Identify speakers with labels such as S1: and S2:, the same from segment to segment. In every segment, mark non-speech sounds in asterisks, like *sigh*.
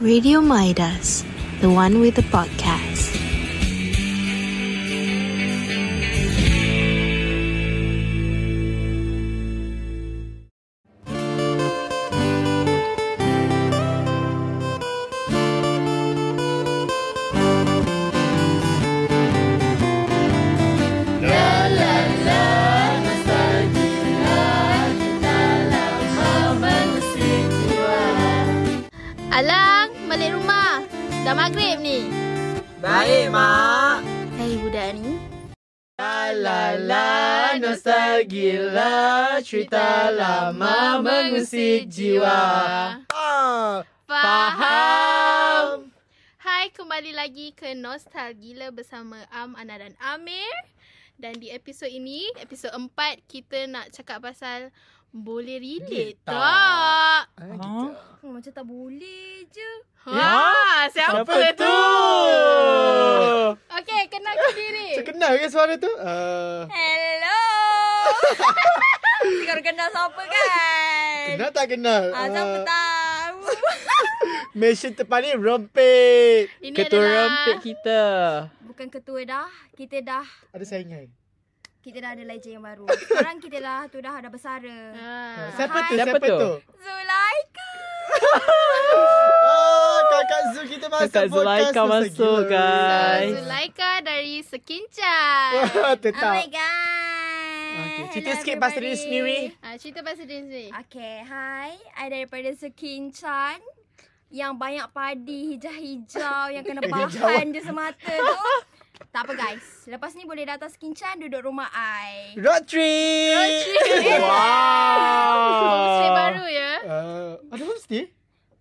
S1: Radio Midas, the one with the podcast.
S2: Alang, balik rumah. Dah maghrib ni.
S3: Baik, Mak.
S2: Hai budak ni.
S3: La la la, Ah, nostalgia lah, cerita lama mengusik jiwa. Ah, Faham.
S2: Hai, kembali lagi ke Nostalgila bersama Am, Ana dan Amir. Dan di episod ini, episod 4, kita nak cakap pasal boleh relate
S3: Tak.
S2: tak?
S3: Ah, gitu.
S4: Macam tak boleh je.
S2: Ha, siapa,
S3: Ya, Siapa tu?
S2: Okey, kenalkan diri.
S3: Saya kenal ke suara tu? Uh,
S4: Eh.
S3: *laughs*
S4: Hello. Sekarang kenal siapa kan?
S3: kenal tak kenal?
S4: Ah, siapa
S3: Ah,
S4: tahu.
S3: *laughs* Mesin terpaling rompit.
S2: Ini
S5: Ketua
S2: adalah-
S5: rempit kita.
S4: Bukan ketua dah. Kita dah
S3: Ada saingan.
S4: kita dah ada legend
S3: *laughs*
S4: yang baru. Sekarang kita dah tu dah ada bersara.
S2: Ha.
S3: Siapa tu?
S5: Siapa
S3: Ah. Siapa,
S5: tu?
S3: tu?
S4: Zulaika.
S3: Oh, kakak Zul kita masuk.
S5: Kakak
S3: podcast
S5: Zulaika
S3: tu,
S5: masuk,
S3: segila.
S5: guys.
S2: Zulaika dari Sekincan.
S3: Wah,
S4: Oh
S3: *laughs* Tetap.
S4: my god.
S3: Okay, cerita
S4: Eh, Hello,
S3: sikit pasal diri
S4: everybody.
S3: sendiri.
S2: Ha, cerita pasal diri sendiri. *laughs*
S4: Okay, hi. I daripada Sekinchan. Yang banyak padi hijau-hijau
S3: *laughs*
S4: yang kena bahan je semata tu. Tak apa guys. Lepas ni boleh datang Sekinchan duduk rumah
S3: *laughs*
S4: I.
S3: Road trip. Road
S5: *laughs*
S3: trip.
S2: Homestay
S3: Wow.
S2: baru ya?
S3: Uh, ada homestay?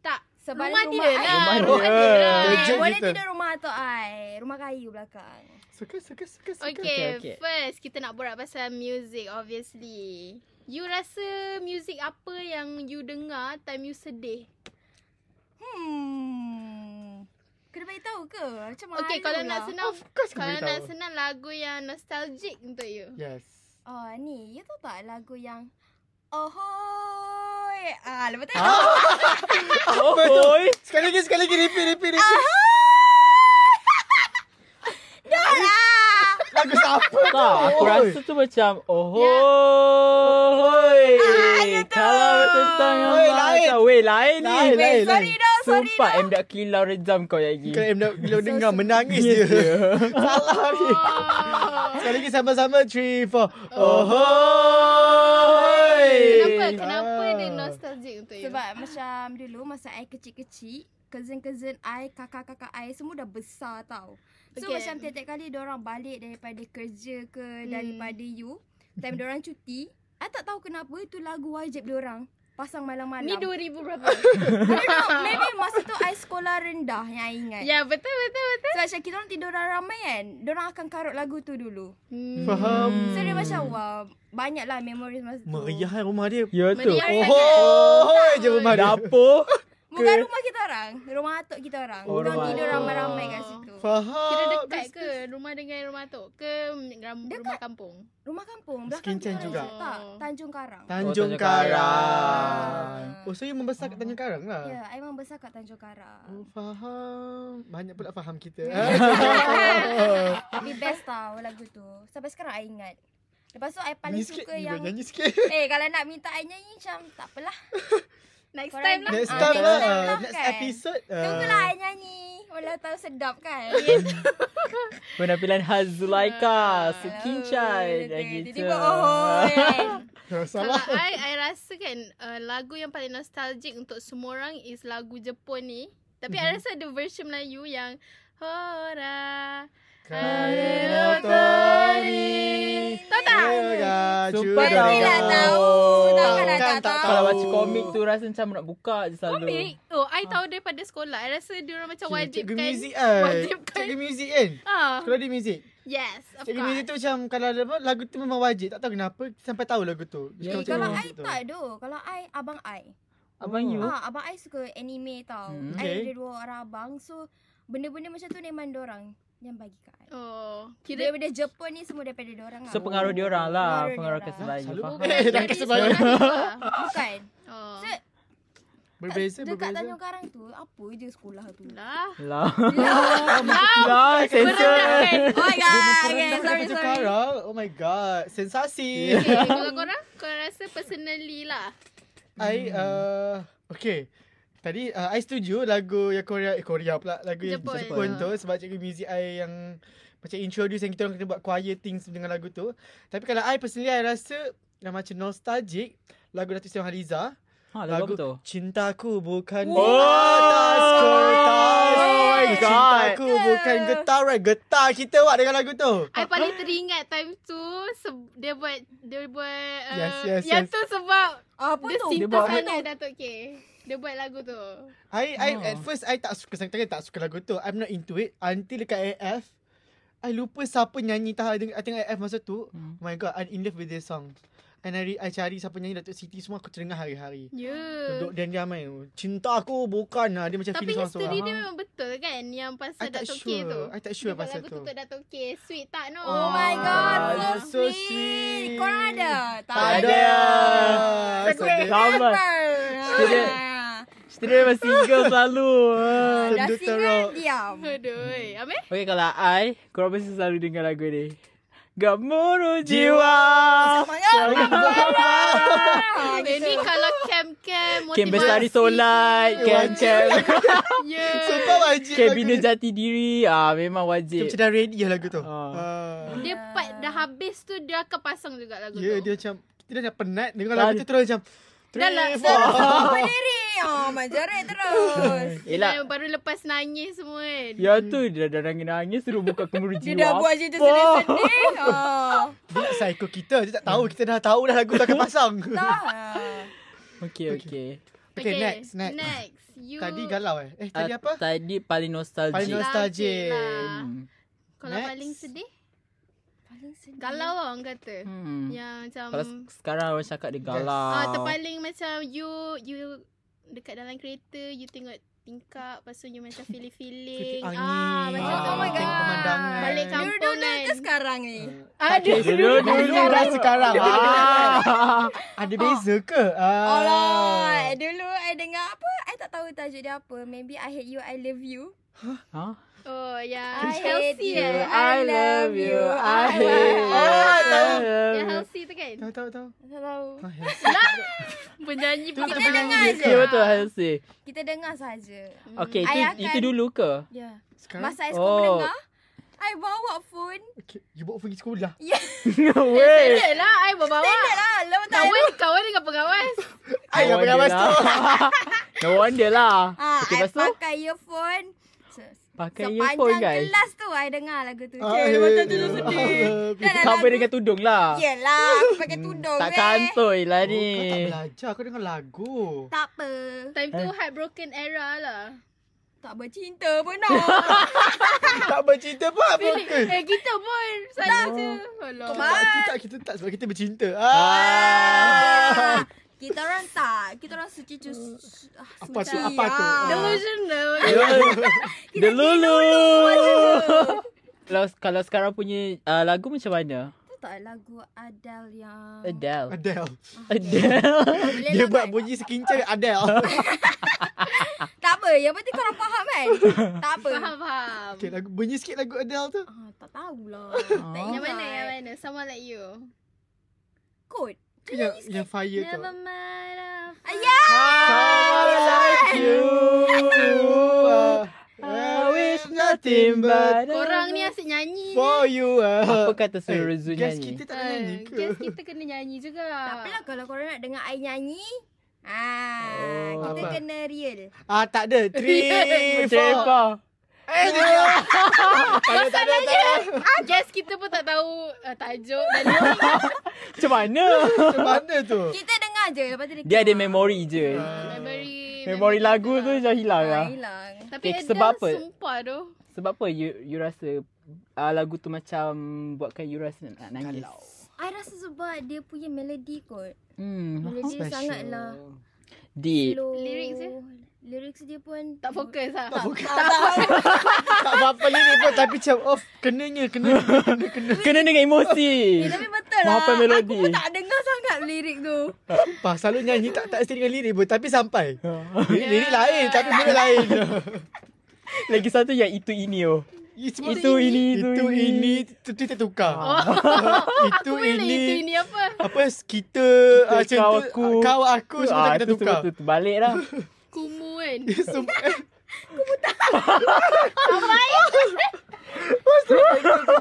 S2: Tak.
S4: Sebalik
S2: rumah
S4: rumah
S2: dia
S4: I.
S2: lah.
S3: Rumah
S2: Rumah
S3: dia.
S2: dia lah.
S3: Kerja
S4: Eh, boleh
S3: kita.
S4: tidur rumah atuk I. Rumah kayu belakang.
S3: Suka, suka, suka, suka.
S2: Okay,
S5: okey.
S2: okay, first kita nak borak pasal music obviously. You rasa music apa yang you dengar time you sedih?
S4: Hmm. Kena bagi tahu ke? Macam lah. mana?
S2: okay, kalau nak senang
S3: Of course kau
S2: kalau
S3: boleh
S2: nak
S3: tahu.
S2: senang lagu yang nostalgic untuk you.
S3: Yes.
S4: Oh, ni. You tahu tak lagu yang Ahoy. Ah, lepas tu.
S5: Oh,
S3: tu?
S5: hoi.
S3: *laughs* Sekali lagi, sekali lagi. Repeat, repeat, repeat. *laughs*
S4: Dah lah.
S3: Lagu siapa tu?
S5: Tak, aku
S3: Oi.
S5: rasa tu macam oh hoi. Kalau tentang yang
S3: Oi,
S5: mana
S3: lain.
S5: tak, Weh, lain ni.
S3: Lain, lain,
S4: Wait, sorry
S3: lain.
S4: dah, sorry
S5: Sumpah
S4: dah.
S5: em dak kilau rejam kau lagi.
S3: Kalau Em dah- Kalau dengar menangis dia. *laughs* Salah ni.
S2: Oh.
S3: Sekali lagi sama-sama. Three, four. Oh, hoi.
S2: kenapa kenapa
S3: Ah.
S2: dia nostalgic untuk you?
S4: *laughs* Sebab macam dulu masa I kecil-kecil, cousin-cousin I, kakak-kakak I semua dah besar tau. So
S2: Okay.
S4: okay. macam tiap-tiap kali orang balik daripada kerja ke hmm. daripada you, time orang cuti, I tak tahu kenapa tu lagu wajib orang pasang malam-malam.
S2: ni 2000 *laughs* berapa?
S4: I don't know, maybe masa tu I sekolah rendah yang I ingat. Yeah.
S2: ya, betul betul betul.
S4: So macam kita orang tidur ramai kan, orang akan karut lagu tu dulu.
S2: Hmm.
S3: Faham.
S4: So dia macam wah, banyaklah memori masa tu.
S3: Meriah eh rumah dia.
S5: Ya tu.
S2: Meriah.
S3: Oh, hoi je rumah dia.
S5: Dapur.
S4: Bukan rumah kita orang, rumah atuk kita orang.
S5: Oh,
S4: Oh, orang
S5: rumah
S4: tidur
S5: atuk.
S4: ramai-ramai kat situ.
S3: Faham.
S2: Kira dekat ke rumah dengan rumah tok ke ram- rumah kampung?
S4: Rumah kampung
S3: Skin
S4: belakang
S3: change
S4: kita
S3: juga.
S4: orang letak Tanjung Karang.
S3: Tanjung
S5: Oh, Tanjung
S3: Karang.
S4: Karang.
S3: Oh, so you membesar kat Tanjung Karang lah.
S4: Ya, I memang besar kat Tanjung
S3: Oh,
S4: Karang.
S3: faham. Banyak pula faham
S4: *laughs*
S3: kita. *laughs*
S4: Tapi best tau lagu tu. Sampai sekarang I ingat. Lepas tu I paling
S3: Nyanyi sikit.
S4: suka
S3: You
S4: yang
S3: boleh nyanyi
S4: *laughs*
S3: sikit.
S4: Eh kalau nak minta I nyanyi macam tak apalah.
S2: Next
S4: Korang
S2: time lah.
S3: Next
S4: Ah,
S3: time lah.
S4: next time
S3: ah,
S4: lah
S3: Next
S4: kan. lah.
S3: episode. ah.
S4: Tunggulah I nyanyi. Walau tahu sedap
S3: *laughs*
S4: kan.
S5: Penampilan khas Zulaika.
S4: Oh,
S5: Sekincai. Dan
S4: dia- dia
S5: kita.
S4: Tiba
S3: *laughs*
S4: oh. kan.
S3: Ah,
S2: Kalau
S3: Salah.
S2: I, I rasa kan uh, lagu yang paling nostalgic untuk semua orang is lagu Jepun ni. Tapi
S3: Mhm.
S2: mm-hmm. I rasa ada version Melayu yang Hora. Tahu
S3: Ya,
S2: tak?
S5: Sumpah
S3: Sumpah
S5: tau.
S4: Mestilah lah tahu. Takkanlah
S3: Kan
S4: tak
S3: tak
S4: tahu.
S5: Kalau
S3: tahu.
S5: baca komik tu rasa macam nak buka je selalu.
S2: Komik. Oh, I tahu daripada sekolah. I rasa diorang macam
S3: Ah. Cikgu
S2: wajibkan.
S3: muzik kan
S2: Wajibkan.
S3: Cikgu muzik kan
S2: Ah,
S3: Sekolah dia muzik
S2: yes, of
S3: Cikgu muzik
S2: course.
S3: tu macam Kalau ada apa, lagu tu memang wajib Tak tahu kenapa Sampai tahu lagu tu
S5: Ya,
S3: Cikgu
S4: Eh, kalau
S3: muzik
S4: I
S3: tu.
S4: tak doh. Kalau I abang I.
S5: Abang you.
S4: Ah, abang I suka anime tau.
S5: Hmm.
S4: Hmm.
S3: Okay.
S4: I ada dua orang abang. So, benda-benda macam tu memang orang yang bagi kat I.
S2: Oh,
S4: Kira
S2: kira
S4: daripada Jepun ni semua daripada orang
S5: So pengaruh diorang lah
S4: Pengaruh
S3: *laughs*
S5: Pengaruh
S4: diorang.
S5: kesebayan
S3: Selalu- *laughs*
S5: you faham?
S3: Eh, dah
S2: dari
S3: kesebayang.
S2: sekolah.
S4: Bukan.
S2: Oh.
S4: So,
S3: Berbeza,
S4: Dekat
S3: berbeza.
S4: Tanjung Karang tu, apa je sekolah tu?
S2: Lah.
S5: Lah.
S2: Lah.
S5: Lah, sensor.
S2: Merendahkan.
S4: Oh my god. Okay,
S3: Dia
S4: sorry,
S3: macam
S4: sorry.
S3: karang. Oh my god. Sensasi. *laughs*
S2: Okay, kalau korang, korang rasa personally lah.
S3: I uh, Okay Tadi uh, I setuju lagu yang Korea Eh Korea pula Lagu yang
S2: Jepun.
S3: Jepun, tu Sebab cikgu muzik I yang Macam introduce yang kita orang kena buat choir things dengan lagu tu Tapi kalau I personally I rasa Yang macam nostalgic Lagu Datuk Seri Haliza
S5: Ha, lagu apa tu?
S3: Cintaku bukan
S4: Oh!
S3: di atas kertas
S5: Oh my God.
S3: Cintaku bukan getaran Getar kita wak dengan lagu tu
S2: I
S3: ah.
S2: paling teringat time tu se- dia buat dia buat uh,
S3: Yes, yes,
S2: yang
S3: yes.
S2: tu sebab
S4: Apa
S2: dia
S4: tu?
S5: Dia
S2: cinta
S5: buat apa
S2: sangat Datuk K. Dia buat lagu tu.
S3: I I
S5: Oh.
S3: at first I tak suka sangat tak suka lagu tu. I'm not into it until dekat AF I lupa siapa nyanyi tahu I, tengok- I tengok AF masa tu.
S5: Hmm.
S3: Oh my god, I'm in love with this song. And I, re- I cari siapa nyanyi Datuk Siti semua aku terdengar hari-hari.
S2: Ya.
S3: Duduk dan dia main Cinta aku bukan lah Dia macam
S2: Tapi
S3: feeling
S2: history
S3: seorang-seorang
S2: dia memang betul kan yang
S3: I
S2: pasal
S3: tak
S2: Datuk
S3: sure
S2: K tu.
S3: I tak sure
S2: dia buat
S3: pasal
S2: lagu
S3: tu
S2: untuk Datuk K. Sweet tak no?
S4: Oh my god,
S5: Ah,
S4: so,
S3: so
S4: sweet.
S3: sweet.
S4: Korang ada? Tak,
S3: ya. Tak
S5: ada.
S4: Secret
S5: Sama.
S4: lover.
S5: Sekejap.
S4: Ah.
S5: Cerita memang single *laughs* selalu. Ah.
S4: Dah
S3: Sendut teruk.
S4: single, diam.
S2: Aduh.
S3: *laughs*
S2: Amir?
S5: Okay, kalau I, korang mesti selalu dengar lagu ni. Gemuruh jiwa.
S4: Ah,
S2: Okay, ni kalau camp-camp
S5: Kem
S2: motivasi.
S5: Bestari Solat, Kem Kem, *laughs*
S2: Ya.
S3: Sumpah wajib
S5: Kem
S3: lagu
S5: Bina
S3: ni.
S5: Jati Diri. Ah, memang
S3: Dia
S5: wajib.
S3: macam dah ready lah lagu tu
S5: Ah.
S3: Ah.
S2: Dia part dah habis tu dia akan pasang juga lagu
S3: Ya
S2: tu.
S3: dia macam Kita dah penat Dengar
S5: Dah
S3: lagu
S5: ada.
S3: tu terus macam
S2: Dah lah,
S5: Eh,
S3: Three,
S2: dah
S3: four
S4: Apa diri? Oh, mak jerit
S5: *laughs*
S4: terus.
S5: Yelah.
S2: Dan baru lepas nangis semua kan.
S5: Eh, lah. Ya tu, dia dah nangis-nangis suruh buka gemuruh
S4: Dia
S5: jiwa.
S4: dah buat cerita
S5: *laughs*
S4: sedih-sedih. Ah.
S3: Dia nak psycho kita Dia tak tahu Kita dah tahu dah lagu tu akan pasang
S4: Tak.
S5: Okay, okay.
S3: Okay, next, next.
S2: Next. You
S3: Tadi galau eh Eh tadi
S5: Ah,
S3: apa?
S5: Tadi paling nostalgic.
S3: Paling
S5: Paling nostalgic.
S3: nostalgic
S2: lah.
S5: Hmm.
S2: Kalau
S3: Next.
S2: paling sedih? Galau lah orang kata.
S5: Hmm.
S2: Yang macam
S5: Kalau se- sekarang orang cakap dia galau.
S2: ah terpaling macam you you dekat dalam kereta you tengok tingkap lepas tu you macam feeling-feeling.
S3: Angin
S2: ah macam
S4: Ah,
S2: tu.
S4: oh my
S3: Tengok
S4: God.
S3: pemandangan
S2: Balik kampung
S4: Dulu-dulu
S2: kan.
S4: ke sekarang ni?
S2: Aduh.
S5: Dulu,
S3: Dulu dah sekarang
S5: Ah.
S3: Ada beza ke? Ah.
S4: Alah, dulu I dengar apa? I tak tahu tajuk dia apa. Maybe I hate you, I love you.
S5: Ha?
S2: *laughs* Oh yang
S4: I hate
S2: healthy
S4: you,
S2: eh.
S4: I love you,
S5: *laughs*
S4: I
S5: hate you, I
S2: Yang
S5: love you.
S2: healthy tu kan.
S3: Tahu tahu Ah, ya. tahu
S4: Tak tahu.
S2: Penyanyi pun
S4: Kita dengar je.
S5: Ya betul Halsey.
S4: Kita dengar saja. I
S5: Okay, itu,
S4: Mm. akan-
S5: itu dulu
S4: *laughs*
S5: ke?
S4: Ya. Yeah.
S3: Sekarang
S4: Masa I
S5: Oh.
S4: sekolah mendengar, I bawa phone. *laughs*
S3: okay, You bawa pergi sekolah
S5: *laughs* Wait.
S2: Standard lah I berbawa.
S4: Tak lah, lama tak
S2: Kawan kawan dengan pengawas.
S3: I yang pengawas tu
S5: lah. *laughs* No wonder lah.
S4: Ah, I
S5: okay, lepas tu
S4: pakai earphone. Se-
S5: pakai earphone
S4: Sepanjang
S5: guys.
S4: kelas tu I dengar lagu tu.
S3: Ah,
S4: Cik,
S3: eh,
S4: macam tu
S3: eh,
S4: sedih.
S3: ah,
S4: Dah lah
S5: Cover
S4: lagu.
S5: dengan tudung lah.
S4: Yelah, aku pakai tudung
S5: tak
S4: eh.
S5: kantoi lah
S3: Oh,
S5: ni.
S3: Kau tak belajar Kau dengar lagu
S4: Tak apa.
S2: Time
S5: Eh.
S2: tu heartbroken era lah.
S4: Tak bercinta pun
S3: *laughs*
S4: dah.
S3: Tak bercinta pun apa ke
S2: Eh kita pun salah je. Alah.
S3: Kita tak, kita tak, kita tak sebab kita bercinta
S4: Ah,
S3: ah.
S4: kita orang tak. Kita orang suci cus. ah,
S3: Apa tu,
S4: suci.
S3: apa tu?
S4: Ah.
S2: Delusional.
S5: Dia lulu. *laughs* Kalau kalau sekarang punya uh, lagu macam mana?
S4: Tahu tak lagu Adele yang... Ah,
S5: Adele.
S3: Ah. Adele
S5: *laughs* Adele.
S4: Boleh
S3: Dia
S4: lah
S3: buat
S4: kan?
S3: bunyi sekincang Adele
S4: Tak apa. Yang penting korang faham
S3: *laughs*
S4: kan? tak apa.
S2: Faham faham.
S3: Okay, lagu, bunyi sikit lagu Adele tu
S4: Ah, tak tahulah.
S3: *laughs* Oh.
S5: Ah.
S2: Yang mana yang mana? Sama like you.
S4: Kot.
S3: yang, yang fire tu
S2: Never mind. ah.
S4: Ayah! Ah,
S5: Someone like you. I wish nothing but
S2: Korang ni asyik nyanyi. Eh,
S3: For you ah.
S5: Apa kata suruh Rezu
S3: guess
S5: nyanyi?
S3: kita tak nak nyanyi ke?
S2: Guess kita kena nyanyi juga.
S4: Tak apalah lah kalau korang nak dengar I nyanyi. Ah,
S5: Oh.
S4: kita
S3: Apa?
S4: kena real.
S3: Ah tak ada. Three, four.
S5: Cepa.
S3: Eh, tak ada. Tak ada, tak ada, tak ada.
S2: Guess kita pun tak tahu uh, tajuk dan
S3: *laughs*
S2: lirik.
S5: Macam mana?
S3: Macam mana tu?
S4: Kita dengar je lepas tu dia
S5: *laughs* Dia ada
S4: keluar.
S5: memori je.
S2: memory.
S5: Memori lagu
S2: kita
S5: tu
S2: lah.
S5: dah hilang
S4: Ah,
S5: lah.
S4: hilang.
S2: Tapi
S5: Okay,
S2: Adele
S5: sebab apa?
S2: sumpah tu.
S5: Sebab apa you you rasa uh, lagu tu macam buatkan you rasa nak nangis?
S3: Kalau.
S4: I rasa sebab dia punya melody kot.
S5: Hmm.
S4: Melody dia sangatlah
S5: Deep.
S4: slow.
S2: Lyrics dia?
S4: Lyrics dia pun
S2: Tak fokus lah.
S3: Tak bukan. Tak apa-apa lirik pun tapi macam off. Kenanya, kena.
S5: *laughs* Kena dengan emosi.
S3: *laughs*
S4: Eh, tapi betul lah.
S5: Maafkan melodi.
S4: Aku pun tak dengar sangat tak lirik tu.
S3: Pah, selalu nyanyi tak tak sesuai dengan lirik pun. Tapi sampai.
S5: Ha.
S3: Lirik, lirik lain. Tapi benda lain.
S5: Lagi satu yang itu ini oh.
S3: Itu,
S5: Itu ini, itu
S3: Itu ini.
S5: ini. Ha.
S3: Itu kita tukar.
S2: Aku
S3: *laughs* itu
S2: boleh
S3: ini.
S2: itu ini apa?
S3: Apa kita,
S5: Kita,
S3: ah, macam tu,
S5: kau, aku.
S3: ah, kau aku semua
S5: Ah,
S3: kita
S5: tu
S3: tukar.
S5: semua tu- tu Balik
S3: *laughs*
S5: lah.
S2: Kumu kan.
S3: Semua-
S5: *laughs* Asal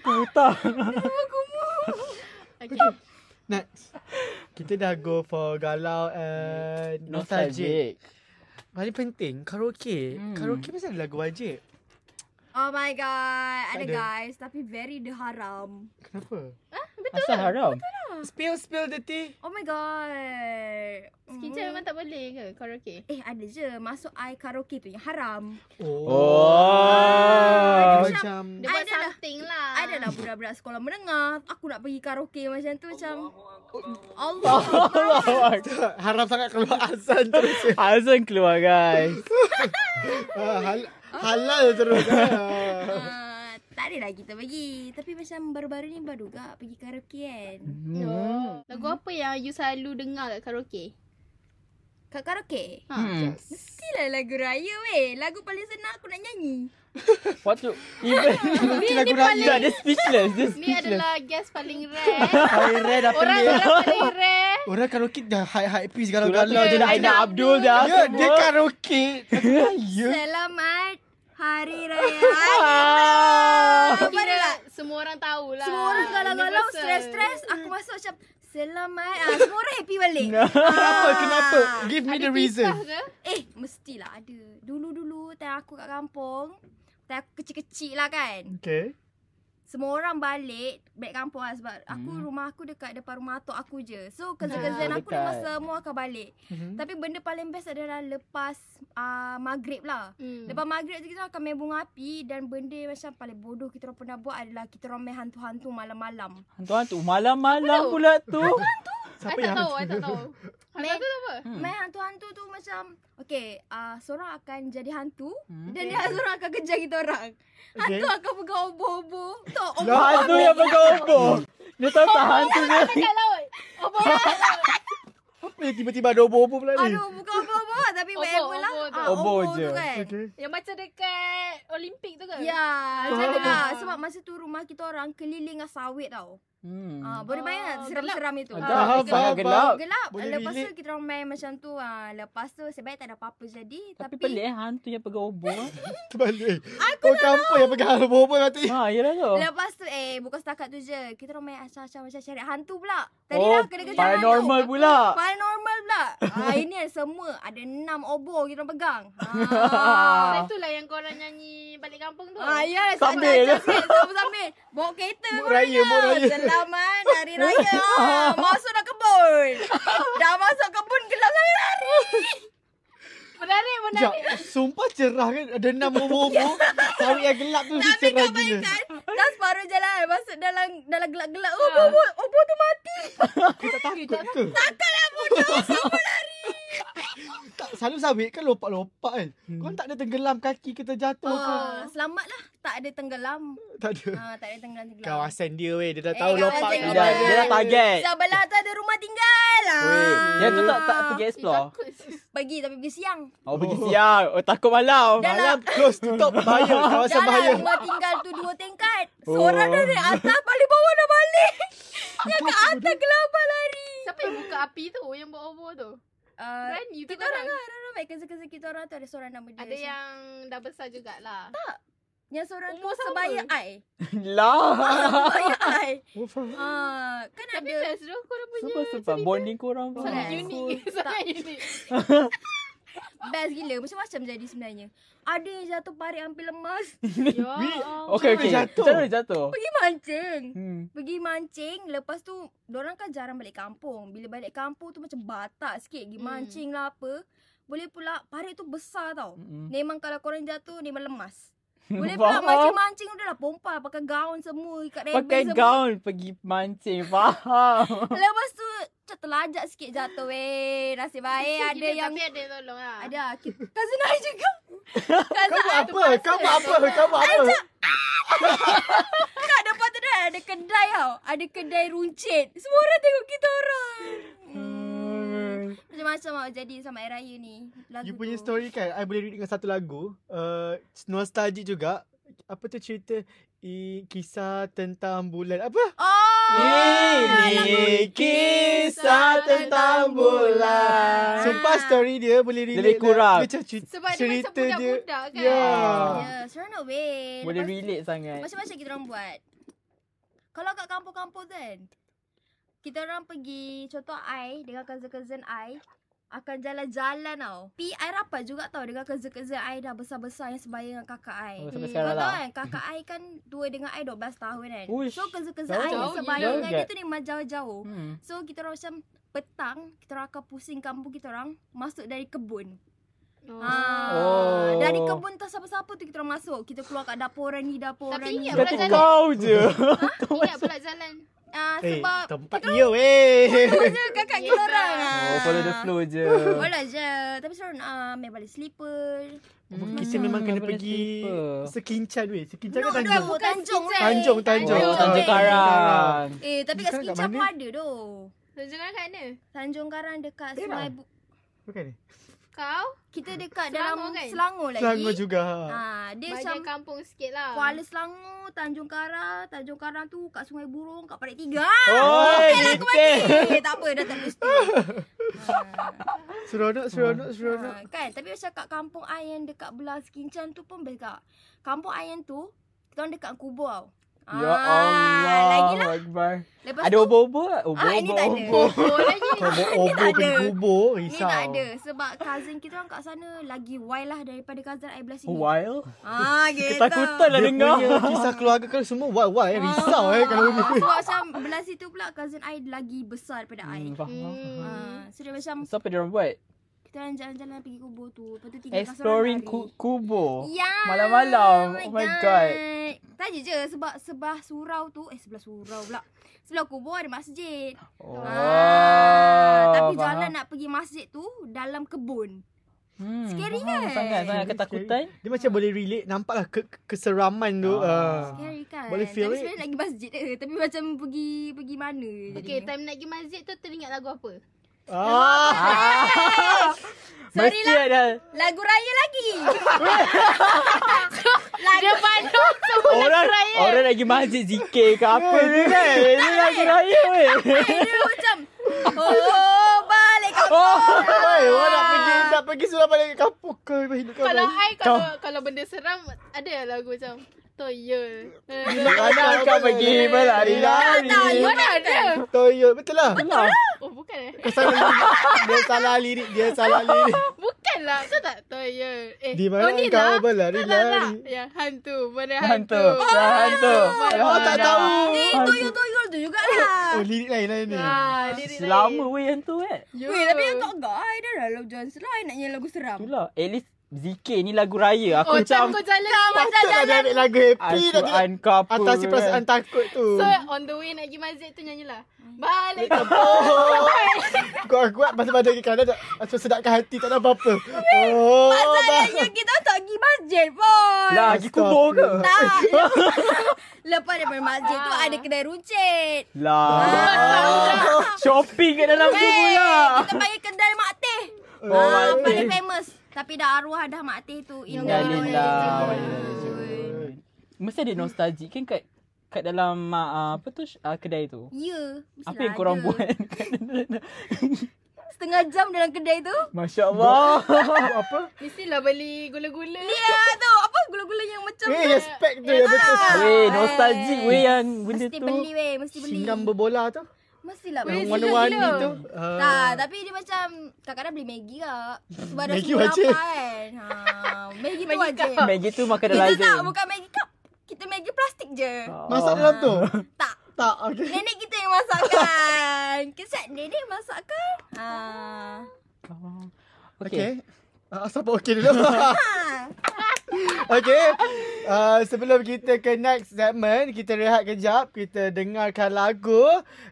S5: aku buta.
S2: Okay.
S3: Next. Kita dah go for galau and *laughs* nostalgic.
S5: Hmm. Nostalgic.
S3: Paling penting karaoke.
S5: Hmm.
S3: Karaoke mesti ada lagu wajib.
S4: Oh my god. Ada
S3: Ada.
S4: guys. Tapi very dia haram.
S3: Kenapa?
S5: Asal haram.
S3: Spill spill the tea.
S4: Oh my god. Hmm.
S2: Skincare memang tak boleh ke karaoke?
S4: Eh ada je Masuk I karaoke tu Yang haram
S5: Oh.
S4: Ah,
S3: Macam *laughs*
S2: Dia buat
S4: Ada dah.
S2: something lah.
S4: Ada lah budak-budak sekolah menengah Aku nak pergi karaoke macam tu Macam Allah Allah
S3: haram sangat keluar azan terus.
S5: Azan keluar guys.
S3: *laughs* Ah, hal- halal terus. Ah.
S4: Ah, Tak adalah kita pergi Tapi macam baru-baru ni baru gak pergi karaoke kan
S3: Hmm.
S2: Oh. Lagu apa yang you selalu dengar kat karaoke?
S4: Kat karaoke
S2: Ha.
S5: Hmm.
S4: Mestilah lagu raya weh Lagu paling senang aku nak nyanyi
S5: Waktu even
S3: Itu lagu
S5: tak
S3: raya.
S5: dia speechless, dia
S2: Ni
S5: speechless.
S2: adalah guest
S3: *laughs*
S2: paling rare.
S3: Hari rare dah
S2: Orang
S3: pelik.
S2: orang paling rare.
S3: Orang karaoke dah high-high piece
S5: Itulah
S3: galau-galau
S5: tu
S3: je
S5: dia
S3: dah.
S5: Aina Abdul dah.
S3: Ya, dia
S5: semua.
S3: karaoke. Ya.
S4: Selamat Hari Raya
S5: Ah.
S4: Apa
S2: Kira
S4: lah?
S2: semua orang lah. tahulah.
S4: Semua orang galau-galau
S2: Ah, Universal.
S4: Stress-stress Aku masuk macam Selamat ah, Semua orang happy balik
S3: Kenapa?
S4: Ah.
S3: Kenapa? Give me
S2: Ada
S3: the reason.
S2: kisah ke?
S4: Eh, mestilah ada. Dulu-dulu time aku kat kampung, time aku kecil-kecil lah kan.
S3: Okay.
S4: Semua orang balik, balik kampung lah sebab hmm. aku rumah aku dekat depan rumah atuk aku je. So, cousin-cousin
S5: Ah,
S4: aku memang
S5: dekat.
S4: semua akan balik.
S3: Mhm.
S4: Tapi benda paling best adalah lepas uh, maghrib lah.
S2: Hmm.
S4: Lepas maghrib tu kita akan main bunga api dan benda yang macam paling bodoh kita orang pernah buat adalah kita orang main hantu-hantu malam-malam.
S5: Hantu-hantu malam-malam pula tu.
S2: I tak
S3: Siapa yang
S2: tahu, I tak
S4: *laughs*
S2: tahu. Hantu
S4: Main-
S2: tu
S4: *laughs*
S2: apa?
S5: Hmm.
S4: Main hantu-hantu tu macam Okay uh, Seorang akan jadi hantu
S5: Hmm.
S4: Dan dia seorang akan kejar kita orang
S3: Okay.
S4: Hantu akan pegang obo-obo Tok obo
S3: Lah,
S5: Hantu yang bergombor. Dia tahu tak hantu dia.
S2: Dekat laut. Apa?
S3: Apa yang tiba-tiba ada obo-obo pula ni?
S4: Aduh bukan obo-obo Tapi
S2: Obo,
S4: whatever lah
S2: obo tu.
S4: Ah,
S5: Obo
S4: obo
S5: je.
S4: tu kan
S3: Okay.
S2: Yang macam dekat Olimpik tu ke?
S4: Ya Macam tu
S3: Ah.
S4: lah Sebab masa tu rumah kita orang Keliling dengan sawit tau
S5: Hmm.
S4: Ah, Boleh bayang
S2: Oh,
S4: tak seram-seram itu Ah,
S5: Agak
S3: Faham,
S5: sangat
S3: faham,
S5: gelap.
S4: Gelap
S3: Boleh
S4: Lepas tu
S3: relate.
S4: kita orang main macam tu ah. Lepas tu sebaik tak ada apa-apa jadi
S5: Tapi pelik eh hantu yang pegang obor.
S3: Terbalik. Aku Kau kampung yang pegang obo-obo nanti.
S5: ha, yalah tu.
S4: Lepas tu eh bukan setakat tu je. Kita orang main asal-asal macam cari hantu pula. Tadi
S5: Oh,
S4: dah kena kejar
S5: paranormal
S4: hantu.
S5: pula.
S4: Paranormal pula. ah ini ada semua. Ada enam obo kita orang pegang.
S5: *laughs*
S2: Pasal
S4: Ah.
S2: itulah lah yang korang nyanyi balik kampung tu.
S4: Ah ya
S5: Sambil.
S4: sambil-sambil. Bawa kereta
S3: Bawa raya, bawa raya.
S4: Selamat hari raya.
S5: *laughs*
S4: Ah, masuk dah kebun. dah masuk kebun gelap sangat hari.
S2: Menarik, Eh,
S3: Sekejap.
S2: menarik.
S3: Sumpah cerah kan? Ada enam obo-obo.
S4: Ya.
S3: Sawit yang gelap tu mesti
S4: Tapi
S3: cerah
S4: kau
S3: gila.
S4: bayangkan Kan? Dah separuh jalan Masuk dalam dalam gelap-gelap Oh, obo, obo tu mati
S3: Kau tak takut ke? Takut lah bodoh. *laughs* Tak, selalu sawit kan lopak-lopak kan. Kau tak ada tenggelam kaki ke terjatuh ke?
S4: Ah, Selamat lah Tak ada tenggelam
S3: Tak ada.
S4: Ah, tak ada tenggelam-tenggelam.
S3: Kawasan dia weh. Dia dah
S4: Eh,
S3: tahu
S4: kawasan
S3: lopak
S4: dia.
S3: kat
S5: Dia,
S3: mana.
S5: dia dah target.
S4: Sebelah tu ada rumah tinggal. Ah.
S5: Weh, dia tu tak tak pergi
S2: Eh,
S5: explore.
S2: takut. *laughs*
S4: Pergi tapi pergi siang.
S5: Oh, pergi siang. Oh, takut malam.
S3: Malam close tutup *laughs* bahaya. Kawasan
S4: Jalan
S3: bahaya.
S4: rumah tinggal tu dua tingkat.
S5: Oh.
S4: Seorang dah dari atas balik bawah dah balik. Yang
S3: Apa
S4: ke
S3: tu,
S4: atas gelabah lari.
S2: Siapa yang buka api tu? Yang bawa obor tu?
S4: Uh,
S2: Berani tu
S4: kita
S2: korang.
S4: orang lah, orang orang baik kerja-kerja kita orang tu ada seorang nama dia.
S2: Ada
S4: Syah.
S2: yang dah besar jugalah.
S4: yang seorang tu
S2: Umur sama.
S4: sebaya
S2: *laughs*
S4: ai.
S5: Lah.
S4: Sebaya ai.
S3: Oh, faham.
S4: Ah, kan
S2: Tapi
S4: ada
S2: best tu korang punya
S5: Sebab-sebab bonding korang pun.
S2: sangat
S4: Yes.
S2: unik. *laughs* Sangat unik.
S4: best gila macam-macam jadi sebenarnya. Ada yang jatuh parit hampir lemas. *laughs*
S2: Ya.
S5: Okay,
S3: Macam
S5: okay.
S3: mana jatuh?
S5: Macam mana jatuh?
S4: Pergi mancing.
S5: Hmm.
S4: Pergi mancing Lepas tu Diorang kan jarang balik kampung Bila balik kampung tu Macam batak sikit Pergi
S2: Hmm.
S4: mancing lah apa Boleh pula Parit tu besar tau
S5: Mm-mm.
S4: Memang kalau korang jatuh Memang lemas Boleh
S5: Faham.
S2: *laughs*
S4: pula mancing-mancing Udah lah pompa Pakai gaun semua Ikat rebel
S5: Pakai
S4: semua
S5: gaun pergi mancing. Faham.
S4: Lepas tu Macam terlajak sikit jatuh weh Nasib baik
S2: Kita-
S4: Eh, ada yang
S2: Tapi ada yang tolong lah.
S4: Ada ki- Cousin I
S3: *laughs*
S4: juga
S3: Kau
S4: Cousin I
S3: buat apa? Kau buat apa? Kau buat apa?
S4: kat depan tu dah Ada kedai kedai tau. Ada kedai runcit. Semua orang tengok kita orang. Hmm. Macam-macam tau jadi sama air raya ni. Lagu
S3: You punya
S4: tu.
S3: story kan I boleh read dengan satu lagu uh, Nostalgic juga Apa tu cerita i, Kisah tentang bulan Apa?
S4: Oh.
S5: Ini kisah tentang bulan.
S3: Sumpah story dia boleh relate
S5: Lebih kurang.
S3: Dia macam cer-
S2: Sebab dia
S3: cerita
S2: macam budak-budak kan?
S3: Ya
S4: Ya,
S3: yeah.
S4: yeah, seronok weh.
S5: Boleh
S4: Lepas-
S5: relate sangat.
S4: Macam-macam kita orang buat. Kalau kat kampung-kampung tu kan, kita orang pergi, contoh I dengan cousin-cousin I, akan jalan-jalan tau. Pi I rapat juga tau dengan cousin-cousin I dah besar-besar yang sebaya dengan kakak I.
S5: Oh, sampai
S2: Hmm.
S5: sekarang
S4: Kau tahu
S5: lah.
S4: kan kakak I kan Dua dengan I 12 tahun kan
S5: Uish,
S4: So cousin-cousin
S5: jauh.
S4: I yang
S2: Jauh
S4: sebaya
S5: gila.
S4: dengan dia tu Dia memang jauh-jauh
S5: Hmm.
S4: So kita orang macam Petang Kita orang akan pusing kampung kita orang Masuk dari kebun
S2: Oh.
S4: ha,
S5: Oh.
S4: Dari kebun tak siapa-siapa tu Kita orang masuk Kita keluar kat dapur orang ni Dapur
S2: Tapi
S4: orang ni
S2: ingat
S5: Berarti
S2: Jalan.
S5: kau je.
S2: Ingat pula jalan.
S4: Ah,
S3: Eh,
S4: Sebab
S3: tempat dia weh
S4: Follow
S3: *laughs*
S4: je kakak kita
S2: Yeah.
S4: orang
S5: Oh,
S4: ah.
S5: follow the flow je.
S4: Follow je Tapi seronok ah, Main balik slipper
S3: Hmm, kita memang kena
S5: boleh
S3: pergi
S5: slipper.
S3: Sekincan weh Sekincan
S4: No,
S3: kan Tanjung
S4: no, Tanjung
S2: Tanjung,
S3: Tanjung Tanjung
S5: Oh, Tanjung Karang.
S4: Eh tapi
S3: Sekarang kat
S4: kat Sekincah
S3: mana?
S4: pun ada doh
S2: So, jangan kat mana?
S4: Tanjung Karang dekat
S3: Perak?
S4: Sungai Bu-
S3: Bukan eh
S2: Kau
S4: Kita dekat
S2: Selangor
S4: dalam
S2: kan?
S4: Selangor lagi
S3: Selangor juga
S4: Ah, dia
S2: bagian
S4: macam
S2: kampung sikit lah.
S4: Kuala Selangor, Tanjung Karang, Tanjung Karang tu kat Sungai Burung, kat Parit Tiga.
S3: Oh,
S4: Ah, lah,
S5: Oi,
S4: Eh,
S5: detail.
S4: tak apa, dah tak lulus
S3: *laughs*
S4: tu. Ha,
S3: Seronok seronok
S5: Hmm.
S3: seronok
S4: ha, kan, tapi macam kat kampung Ayan dekat belah Sekincan tu pun best kak. Kampung Ayan tu, kita orang dekat kubur tau.
S5: Ya
S4: Ah, Lagi lah.
S5: Allah Akbar.
S4: Lepas
S5: Ada
S4: tu,
S5: obo-obo tak? Obo-obo.
S4: Ah, ini tak
S5: *laughs*
S4: ada.
S2: Oh, lagi.
S3: Obo-obo
S4: Ah. tak
S3: pergi
S4: ada.
S3: kubur
S4: Ni
S3: Risau
S4: tak ada sebab cousin kita orang kat sana lagi wild lah daripada cousin I belah sini.
S5: Oh, Wild.
S4: Ah, gitu.
S5: Ketakutan lah
S3: Dia
S5: dengar.
S4: Hmm,
S3: punya kisah keluarga kan semua wah-wah eh Risau eh kalau
S4: Ah, Sebab macam belah situ pula cousin I lagi besar daripada I.
S5: Hmm, faham.
S2: Hmm.
S4: Ah, so dia macam
S5: So apa dia orang buat?
S4: kita orang jalan-jalan pergi kubur tu. Lepas tu tiga
S5: Exploring ku- kubur.
S4: Ya.
S5: Malam-malam. Oh my God.
S4: Tanya je sebab sebelah surau tu eh sebelah surau pula. Sebelah kubur ada masjid.
S5: Oh.
S4: Ah, tapi
S5: faham.
S4: jalan nak pergi masjid tu dalam kebun.
S5: Hmm,
S4: Scary
S5: faham.
S4: kan?
S5: Sangat sangat
S3: Scary,
S5: ketakutan.
S3: Dia macam boleh relate Nampak lah ke- keseraman tu
S5: Ah.
S3: ah.
S4: Scary kan?
S3: Boleh feel
S4: tapi
S3: it.
S4: sebenarnya lagi masjid eh. Tapi macam pergi pergi mana je
S2: Okay,
S4: jadinya.
S2: time nak pergi masjid tu teringat lagu apa?
S3: Ah.
S4: Sorry lah.
S5: Mesti ada.
S4: Lagu raya lagi.
S2: Dia
S4: *laughs*
S2: bandung semua
S5: Orang
S2: lagu raya.
S5: orang lagi masjid zikir ke apa ni kan? Ini lagi raya weh.
S4: *laughs* Dia macam oh balik kampung.
S5: Oh,
S3: Hai, orang nak pergi nak pergi sudah balik kampung ke hidup kau.
S2: Kalau I
S3: baik.
S2: kalau kalau benda seram ada lagu macam Toyol.
S5: mana kau pergi berlari-lari?
S2: Mana ada?
S3: Toyol betul lah.
S5: Lah,
S2: Oh bukan eh.
S3: Kau salah lirik. Dia salah lirik, dia salah lirik.
S2: Bukan lah. Kau tak Toyol. Eh,
S3: Di
S2: oh,
S3: mana
S2: ni
S3: kau
S2: lah. Tak,
S3: berlari-lari?
S2: tak, tak. Ya, hantu. Mana hantu?
S5: hantu, dah hantu.
S3: Oh tak tahu.
S4: Eh, toyol-toyol tu jugalah.
S3: Oh lirik lain lain ni.
S2: Ah, lirik
S5: Selama
S2: lain.
S5: weh hantu kan?
S2: Yo.
S4: Weh, tapi untuk kau, I dah lah lagu jangan serai nak nyanyi lagu seram.
S5: Itulah. At least zikir ni lagu
S2: Oh,
S5: raya. Aku
S2: macam
S5: macam
S2: kau jalan macam
S3: Tak ada lah ambil lagu happy dah
S5: Aku eh.
S3: dia.
S5: uncover.
S3: Atasi perasaan
S5: kan?
S3: takut tu.
S2: So
S5: Hmm.
S2: on the way nak pergi masjid tu nyanyilah. Balik
S5: *laughs*
S2: ke
S3: *laughs* Kuat-kuat pasal pada kaki kanan tak Macam sedapkan hati tak ada apa-apa Oh
S4: Masalahnya kita tak pergi masjid pun.
S5: Lah, pergi kubur ke?
S4: Tak. *laughs* Lepas daripada masjid tu ada kedai runcit.
S5: Lah. Shopping kat dalam tu
S4: Hey,
S5: pula.
S4: Eh, kita panggil kedai Mak Teh.
S5: Oh,
S4: ah,
S5: Mak
S4: paling
S5: Teh.
S4: famous. Tapi dah arwah dah Mak Teh tu.
S5: Inna lillah wa inna ilaihi
S4: raji'un.
S5: Mesti ada nostalgia kan kat kat dalam ah, apa tu ah, kedai tu.
S4: Ya.
S5: Apa
S4: mestilah
S5: yang korang
S4: ada.
S5: buat? *laughs*
S4: *laughs* Setengah jam dalam kedai tu.
S5: Masya Allah.
S3: Apa?
S2: Mestilah beli gula-gula.
S4: Ya tu. Apa gula-gula yang macam
S3: Eh respect tu yang betul
S5: *laughs*
S2: Ah.
S5: Weh, nostalgic weh yang
S4: Ah, eh.
S5: benda
S4: Mesti
S5: tu.
S4: beli weh. Mesti beli.
S3: Singam berbola tu
S4: Mestilah
S2: Weh,
S4: beli.
S3: Yang warna-warni
S2: gila.
S3: tu Ah.
S4: Tak, tapi dia macam kadang-kadang beli Maggi lah. Sebab dah
S3: Maggi
S4: semua
S3: wajib.
S4: lapar kan. Ha, Maggi tu
S2: Maggi
S4: wajib.
S2: cup.
S5: Maggi tu makan dah
S4: Kita
S5: lazim.
S4: tak, bukan Maggi cup. Kita Maggi plastik je.
S3: Masak dalam tu
S4: Tak.
S3: Tak okay
S4: Nenek kita yang masakkan. Kesat nenek masakkan. Ha.
S5: Oh, Okay.
S3: Okay. Uh, siapa okay
S4: *laughs*
S3: dulu? okay. Uh, sebelum kita ke next segment, kita rehat kejap. Kita dengarkan lagu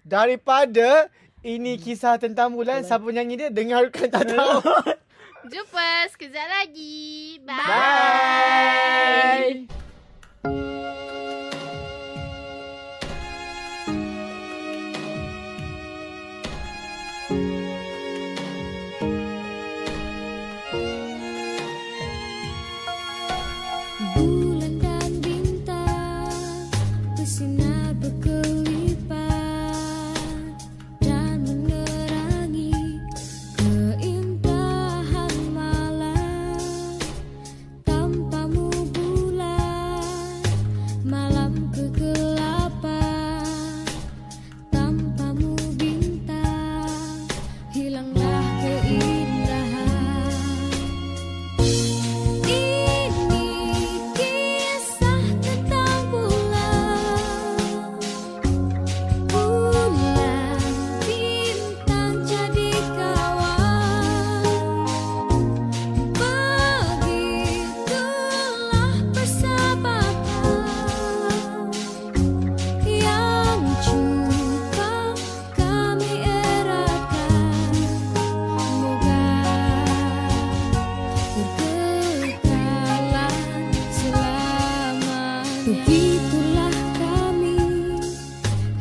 S3: daripada ini kisah tentang bulan. Siapa nyanyi dia? Dengarkan tak
S4: *laughs*
S3: tahu.
S2: Jumpa sekejap lagi. Bye.
S5: Bye.
S3: Bye.
S6: Bulan dan bintang bersinar berkelipat dan menerangi keindahan malam. Tanpamu bulan malam kegelapan. Tanpamu bintang hilanglah keindahan. Ini kisah tentang bulan Bulan bintang jadi kawan Begitulah persahabatan Yang cuba kami eratkan Moga Berkekalan selamanya Begitulah kami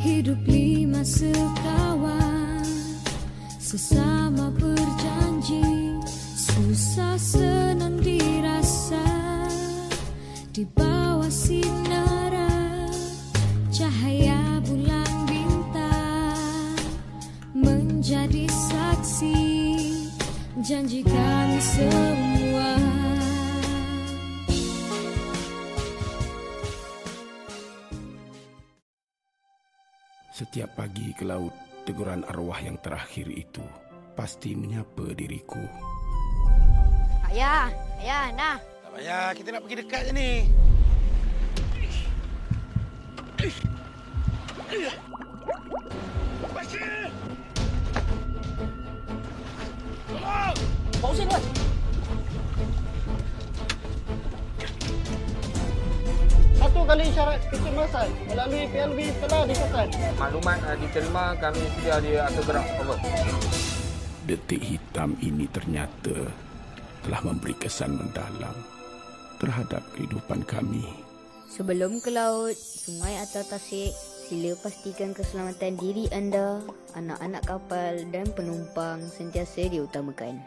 S6: Hidup lima sekawan Sesama berjanji Susah senang dirasa Di bawah sinaran Cahaya bulan bintang menjadi saksi janji kami semua.
S7: Setiap pagi ke laut, teguran arwah yang terakhir itu pasti menyapa diriku.
S4: Ayah, ayah, nah.
S8: Tak payah, kita nak pergi dekat je ni.
S3: Satu kali syarat kecemasan melalui PLB telah dikesan.
S5: Maklumat uh, diterima kami sedia di atas gerak. Over.
S7: Detik hitam ini ternyata telah memberi kesan mendalam terhadap kehidupan kami.
S9: Sebelum ke laut, sungai atau tasik, sila pastikan keselamatan diri anda, anak-anak kapal dan penumpang sentiasa diutamakan.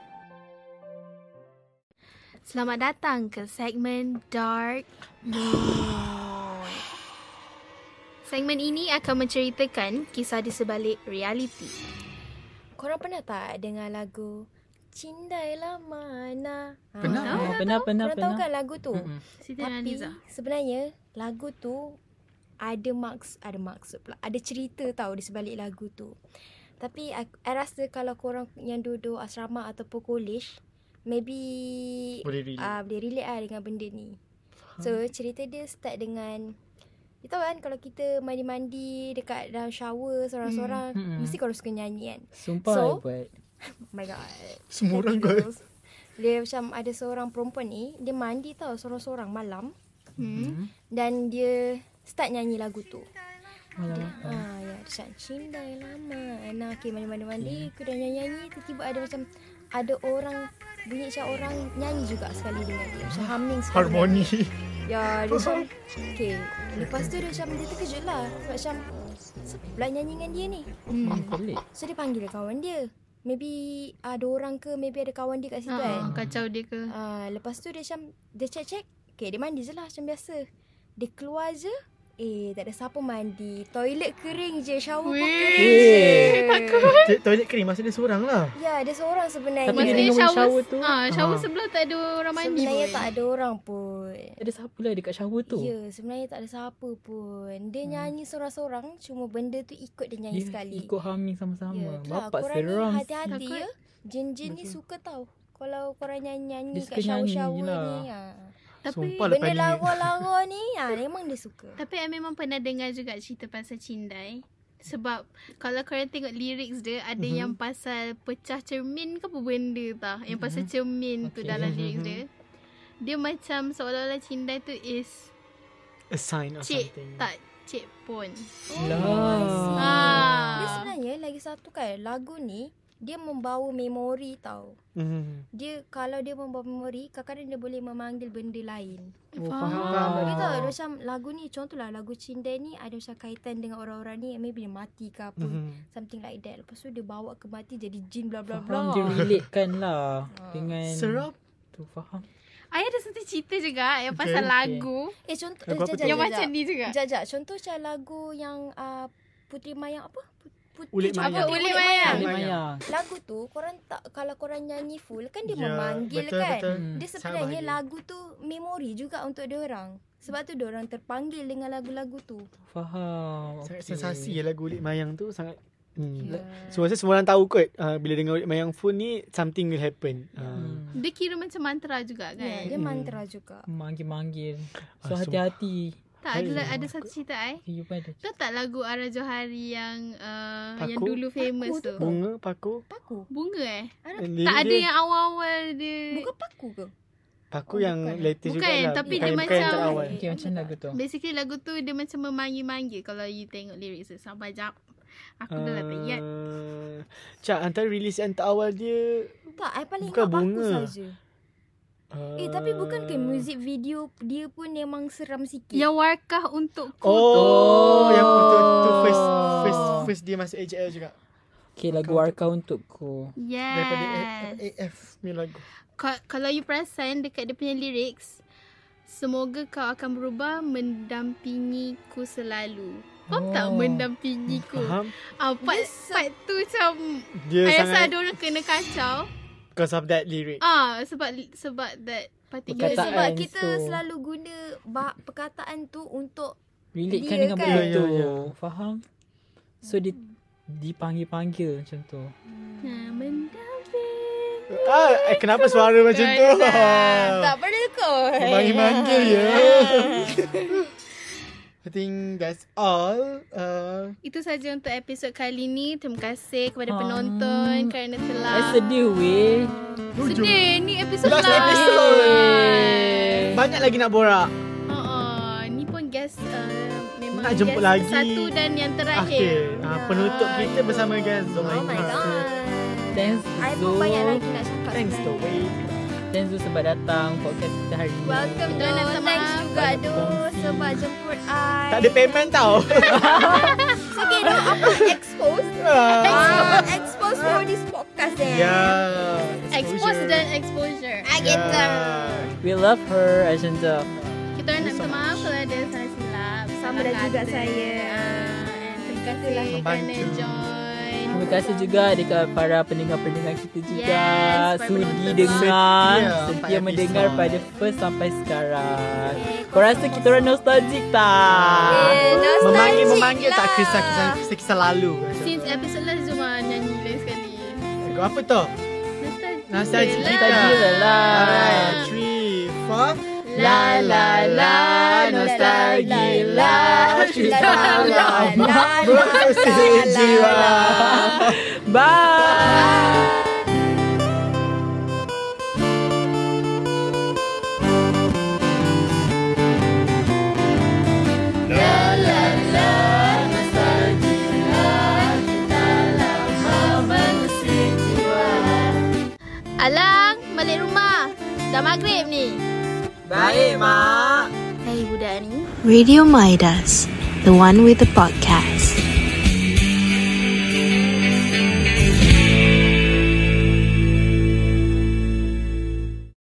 S2: Selamat datang ke segmen Dark Moon. Segmen ini akan menceritakan kisah di sebalik realiti.
S4: Korang pernah tak dengar lagu Cindailah Mana? Ha,
S5: Pernah,
S4: korang
S5: Ah, pernah, pernah,
S4: Korang tahu
S5: pernah.
S4: kan lagu tu?
S5: Mm-mm.
S2: Siti
S4: Tapi
S2: Naniza.
S4: sebenarnya lagu tu ada maks ada maksud pula. Ada cerita tau di sebalik lagu tu. Tapi I, I rasa kalau korang yang duduk asrama ataupun college, maybe
S3: Boleh relate.
S4: Ah uh, boleh relate lah dengan benda ni. So cerita dia start dengan You tahu kan kalau kita mandi-mandi dekat dalam shower seorang-seorang
S5: Hmm. Hmm.
S4: mesti korang suka nyanyi kan.
S5: Sumpah
S4: So,
S5: I buat.
S4: Oh my god.
S3: Semua orang
S4: Happy
S3: kot.
S4: girls. Dia macam ada seorang perempuan ni dia mandi tau seorang-seorang malam
S5: Mm-hmm.
S2: Hmm.
S4: dan dia start nyanyi lagu tu. Dia, ah, ya, dia cakap Cindai lama Nah, okay, mandi-mandi-mandi Aku dah nyanyi-nyanyi Tiba-tiba ada macam Ada orang Bunyi macam orang Nyanyi juga sekali dengan dia Macam humming sekali *laughs*
S3: Harmoni.
S4: Ya, dia macam Okay Lepas tu dia macam Dia terkejut
S3: Hmm.
S4: lah Sebab macam Siapa pula nyanyi dengan dia ni
S5: Eh,
S3: Hmm.
S5: pelik.
S4: So dia panggil kawan dia Maybe Ada orang ke Maybe ada kawan dia kat situ
S3: Ah,
S4: kan
S2: Ha, kacau dia ke?
S4: Ah, lepas tu dia macam Dia check-check Okay dia mandi je lah Macam biasa Dia keluar je Eh tak ada siapa mandi Toilet kering je Shower pun kering
S5: Weh,
S4: Takut
S3: Toilet kering masa dia seorang lah.
S4: Ya dia seorang sebenarnya
S5: Tapi dia
S2: Maksudnya
S5: dengan
S2: shower,
S5: shower tu.
S2: Ha, shower
S5: Ah.
S2: sebelah tak ada orang mandi.
S4: Sebenarnya
S2: pun.
S4: tak ada orang pun
S5: Ada siapa lah dekat shower tu?
S4: Ya sebenarnya tak ada siapa pun Dia
S2: Hmm.
S4: nyanyi seorang-seorang Cuma benda tu ikut dia nyanyi
S5: Dia
S4: sekali
S5: ikut humming sama-sama.
S4: tu lah,
S5: Bapak
S4: korang ni
S5: seram.
S4: hati-hati
S2: Takut.
S4: ya Jin-jin ni suka tau Kalau korang nyanyi-nyanyi
S5: Dia
S4: kat
S5: suka nyanyi je
S4: shower-shower
S5: lah.
S4: ni ha.
S2: Tapi
S3: Sumpah lah
S4: Benda
S3: pening.
S4: lawa-lawa ni ha, Memang dia suka
S2: Tapi I memang pernah dengar juga cerita pasal cindai. Sebab kalau korang tengok lyrics dia ada mm-hmm. yang pasal pecah cermin ke apa benda tau. Yang pasal mm-hmm. cermin okay. tu
S5: Okay.
S2: dalam
S5: Mhm.
S2: lyrics dia. Dia macam seolah-olah cindai tu is
S3: A sign or
S2: cik
S3: something.
S2: tak cik pun.
S4: Ah,
S5: Lah.
S4: Dia
S2: Ah.
S4: sebenarnya lagi satu kan lagu ni dia membawa memori tau.
S3: Mhm.
S4: Dia kalau dia membawa memori kadang-kadang dia boleh memanggil benda lain.
S5: Oh,
S4: Oh.
S5: faham.
S4: Kita
S2: Ah.
S4: tahu dia macam lagu ni contohlah lagu Cinta ni ada macam kaitan dengan orang-orang ni yang maybe dia mati ke apa.
S3: Mhm.
S4: Something like that. Lepas tu dia bawa ke mati jadi jin bla bla bla.
S5: Faham dia relatekan lah dengan
S3: Serap.
S5: tu faham.
S2: I ada satu cerita juga yang pasal
S5: Okay.
S2: lagu
S4: Eh contoh
S5: Lagu
S4: eh,
S5: apa
S4: jajak,
S5: tu?
S2: yang
S4: jajak.
S2: macam ni juga.
S4: Jajak contoh macam lagu yang uh, Puteri Mayang apa? Put- Puteri
S5: Ulit
S4: Mayang.
S2: Apa
S5: Mayang.
S2: ulit mayang?
S5: Ulit Mayang.
S4: Lagu tu korang tak kalau korang nyanyi full kan dia
S3: Ya,
S4: memanggil
S3: betul,
S4: kan.
S3: betul.
S4: Dia
S3: Sangat
S4: sebenarnya
S3: bahagia.
S4: lagu tu memori juga untuk dia orang. Sebab tu dia orang terpanggil dengan lagu-lagu tu.
S5: Faham.
S3: Sangat
S5: Okey.
S3: sensasi lah lagu Ulit Mayang tu sangat hmm.
S4: Ya.
S3: yeah. Semua rasa semua orang tahu kot uh, bila dengar Ulit Mayang full ni something will happen. Uh.
S5: Hmm.
S2: Dia kira macam mantra juga
S4: Ya,
S2: kan.
S4: dia
S5: Hmm.
S4: mantra juga.
S5: Manggil-manggil.
S3: Ah,
S5: So
S3: so-
S5: hati-hati.
S2: Tak ada
S5: Hai.
S2: ada satu cerita I.
S5: You pada.
S2: Tahu tak lagu Ara Johari yang uh, yang
S3: Paku?
S2: dulu famous
S4: Paku tu
S2: tu?
S4: ke?
S3: Bunga, paku.
S4: Paku.
S2: Bunga eh?
S4: Ah, Ada
S3: And
S2: Tak
S3: lirik
S2: ada
S3: dia,
S2: yang awal-awal dia.
S4: bukan paku ke?
S3: Paku
S4: Oh,
S3: yang
S4: bukan.
S3: later
S2: Bukan,
S3: juga lah.
S2: tapi dia
S3: bukan, bukan yang
S2: macam-
S3: terawal.
S5: Okay, macam lagu tu.
S2: Basically lagu tu dia macam memanggil-manggil kalau you tengok lirik tu. Sabar jap. Aku dah lah tak ingat.
S3: Ah, Cak, antara release yang terawal dia...
S4: Tak, I paling
S3: Bukan
S4: ingat paku
S3: bunga. Uh,
S4: saja. Eh, tapi bukan ke music video dia pun memang seram sikit.
S2: Yang warkah untukku
S3: Oh,
S2: tu.
S3: oh, yang tu, tu first,
S4: Oh.
S3: first, first dia masuk AJL juga.
S5: Okay, lagu Arka untukku.
S3: Daripada
S2: Yes.
S3: A- AF punya lagu.
S2: Ka- kalau you perasan dekat dia punya lyrics Semoga kau akan berubah mendampingi ku selalu Faham tak
S5: Oh.
S2: mendampingi ku?
S3: Faham?
S2: Ah, part, part tu macam
S3: Dia
S2: I rasa
S3: sangat
S2: ada orang kena kacau
S3: because of that lyric.
S2: Ah sebab sebab that particular
S4: Ya, sebab
S5: Perkataan
S4: kita
S5: tu.
S4: selalu guna bah- perkataan tu untuk
S5: Relate kan
S4: Dia
S5: dengan
S4: kan.
S3: Ya,
S5: benda
S3: ya,
S5: tu.
S3: ya.
S5: Faham? So, dia dipanggil-panggil macam tu.
S2: nah, Mendampingi
S3: Ah, eh, kenapa suara macam tu? *laughs*
S4: Tak perlu kot
S3: Manggil-manggil ya. I think that's all. Uh,
S2: Itu saja untuk episod kali ni Terima kasih kepada
S5: Ah.
S2: penonton Kerana telah
S4: Ah.
S5: I sedih weh.
S2: Sedih Ni episod
S3: Last episode. banyak lagi nak borak.
S2: Oh, ni pun guest uh, memang
S3: Nak jemput
S2: guest
S3: lagi.
S2: satu dan yang
S3: Akhir.
S2: terakhir.
S3: Ah, penutup kita bersama guys.
S4: Oh my god
S5: Thanks
S4: I pun
S5: Zul.
S4: banyak lagi nak cakap
S3: Thanks to
S4: sebenarnya.
S3: Wade.
S5: Thanks tu sebab datang podcast kita hari ni.
S4: Welcome
S2: Jangan nak
S4: Doh
S2: minta
S4: Thanks
S2: maaf.
S4: juga Doh Sebab jemput I
S3: Tak ada payment tau.
S4: It's okay Doh Apa expose ah, Expose for this podcast eh
S3: Ya. Yeah.
S2: Expose dan exposure.
S4: I get
S3: Yeah.
S5: We love her, Agenda.
S2: Kita orang nak minta maaf kalau ada salah silap.
S4: Sama dah juga saya.
S2: Ah, and terima kasih kerana
S3: Membantu.
S2: join.
S5: Terima kasih juga dekat para pendengar-pendengar kita juga.
S2: Yes, para
S5: Sudi
S2: penonton
S5: dengar,
S3: Setia.
S5: setia
S3: Empat
S5: mendengar
S3: episod.
S5: pada first sampai sekarang. Kau rasa kita orang nostalgic tak?
S4: Eh, nostalgic
S3: Memanggil-memanggil Ah, tak
S4: lah.
S3: kisah-kisah kisah lalu.
S2: Since episode last Jom ah, nyanyi lain sekali.
S3: Apa tu?
S2: Nostalgia.
S3: Nostalgia
S2: lah.
S3: kita.
S5: Nostalgia lah.
S3: Alright, three, four.
S5: La la la, nostalgia lah.
S4: La la la
S3: Berusik jiwa.
S5: Bye.
S2: Alang, balik rumah. Dah maghrib ni.
S5: Baik, Mak.
S2: Hei budak ni.
S1: Radio Midas, the one with the podcast.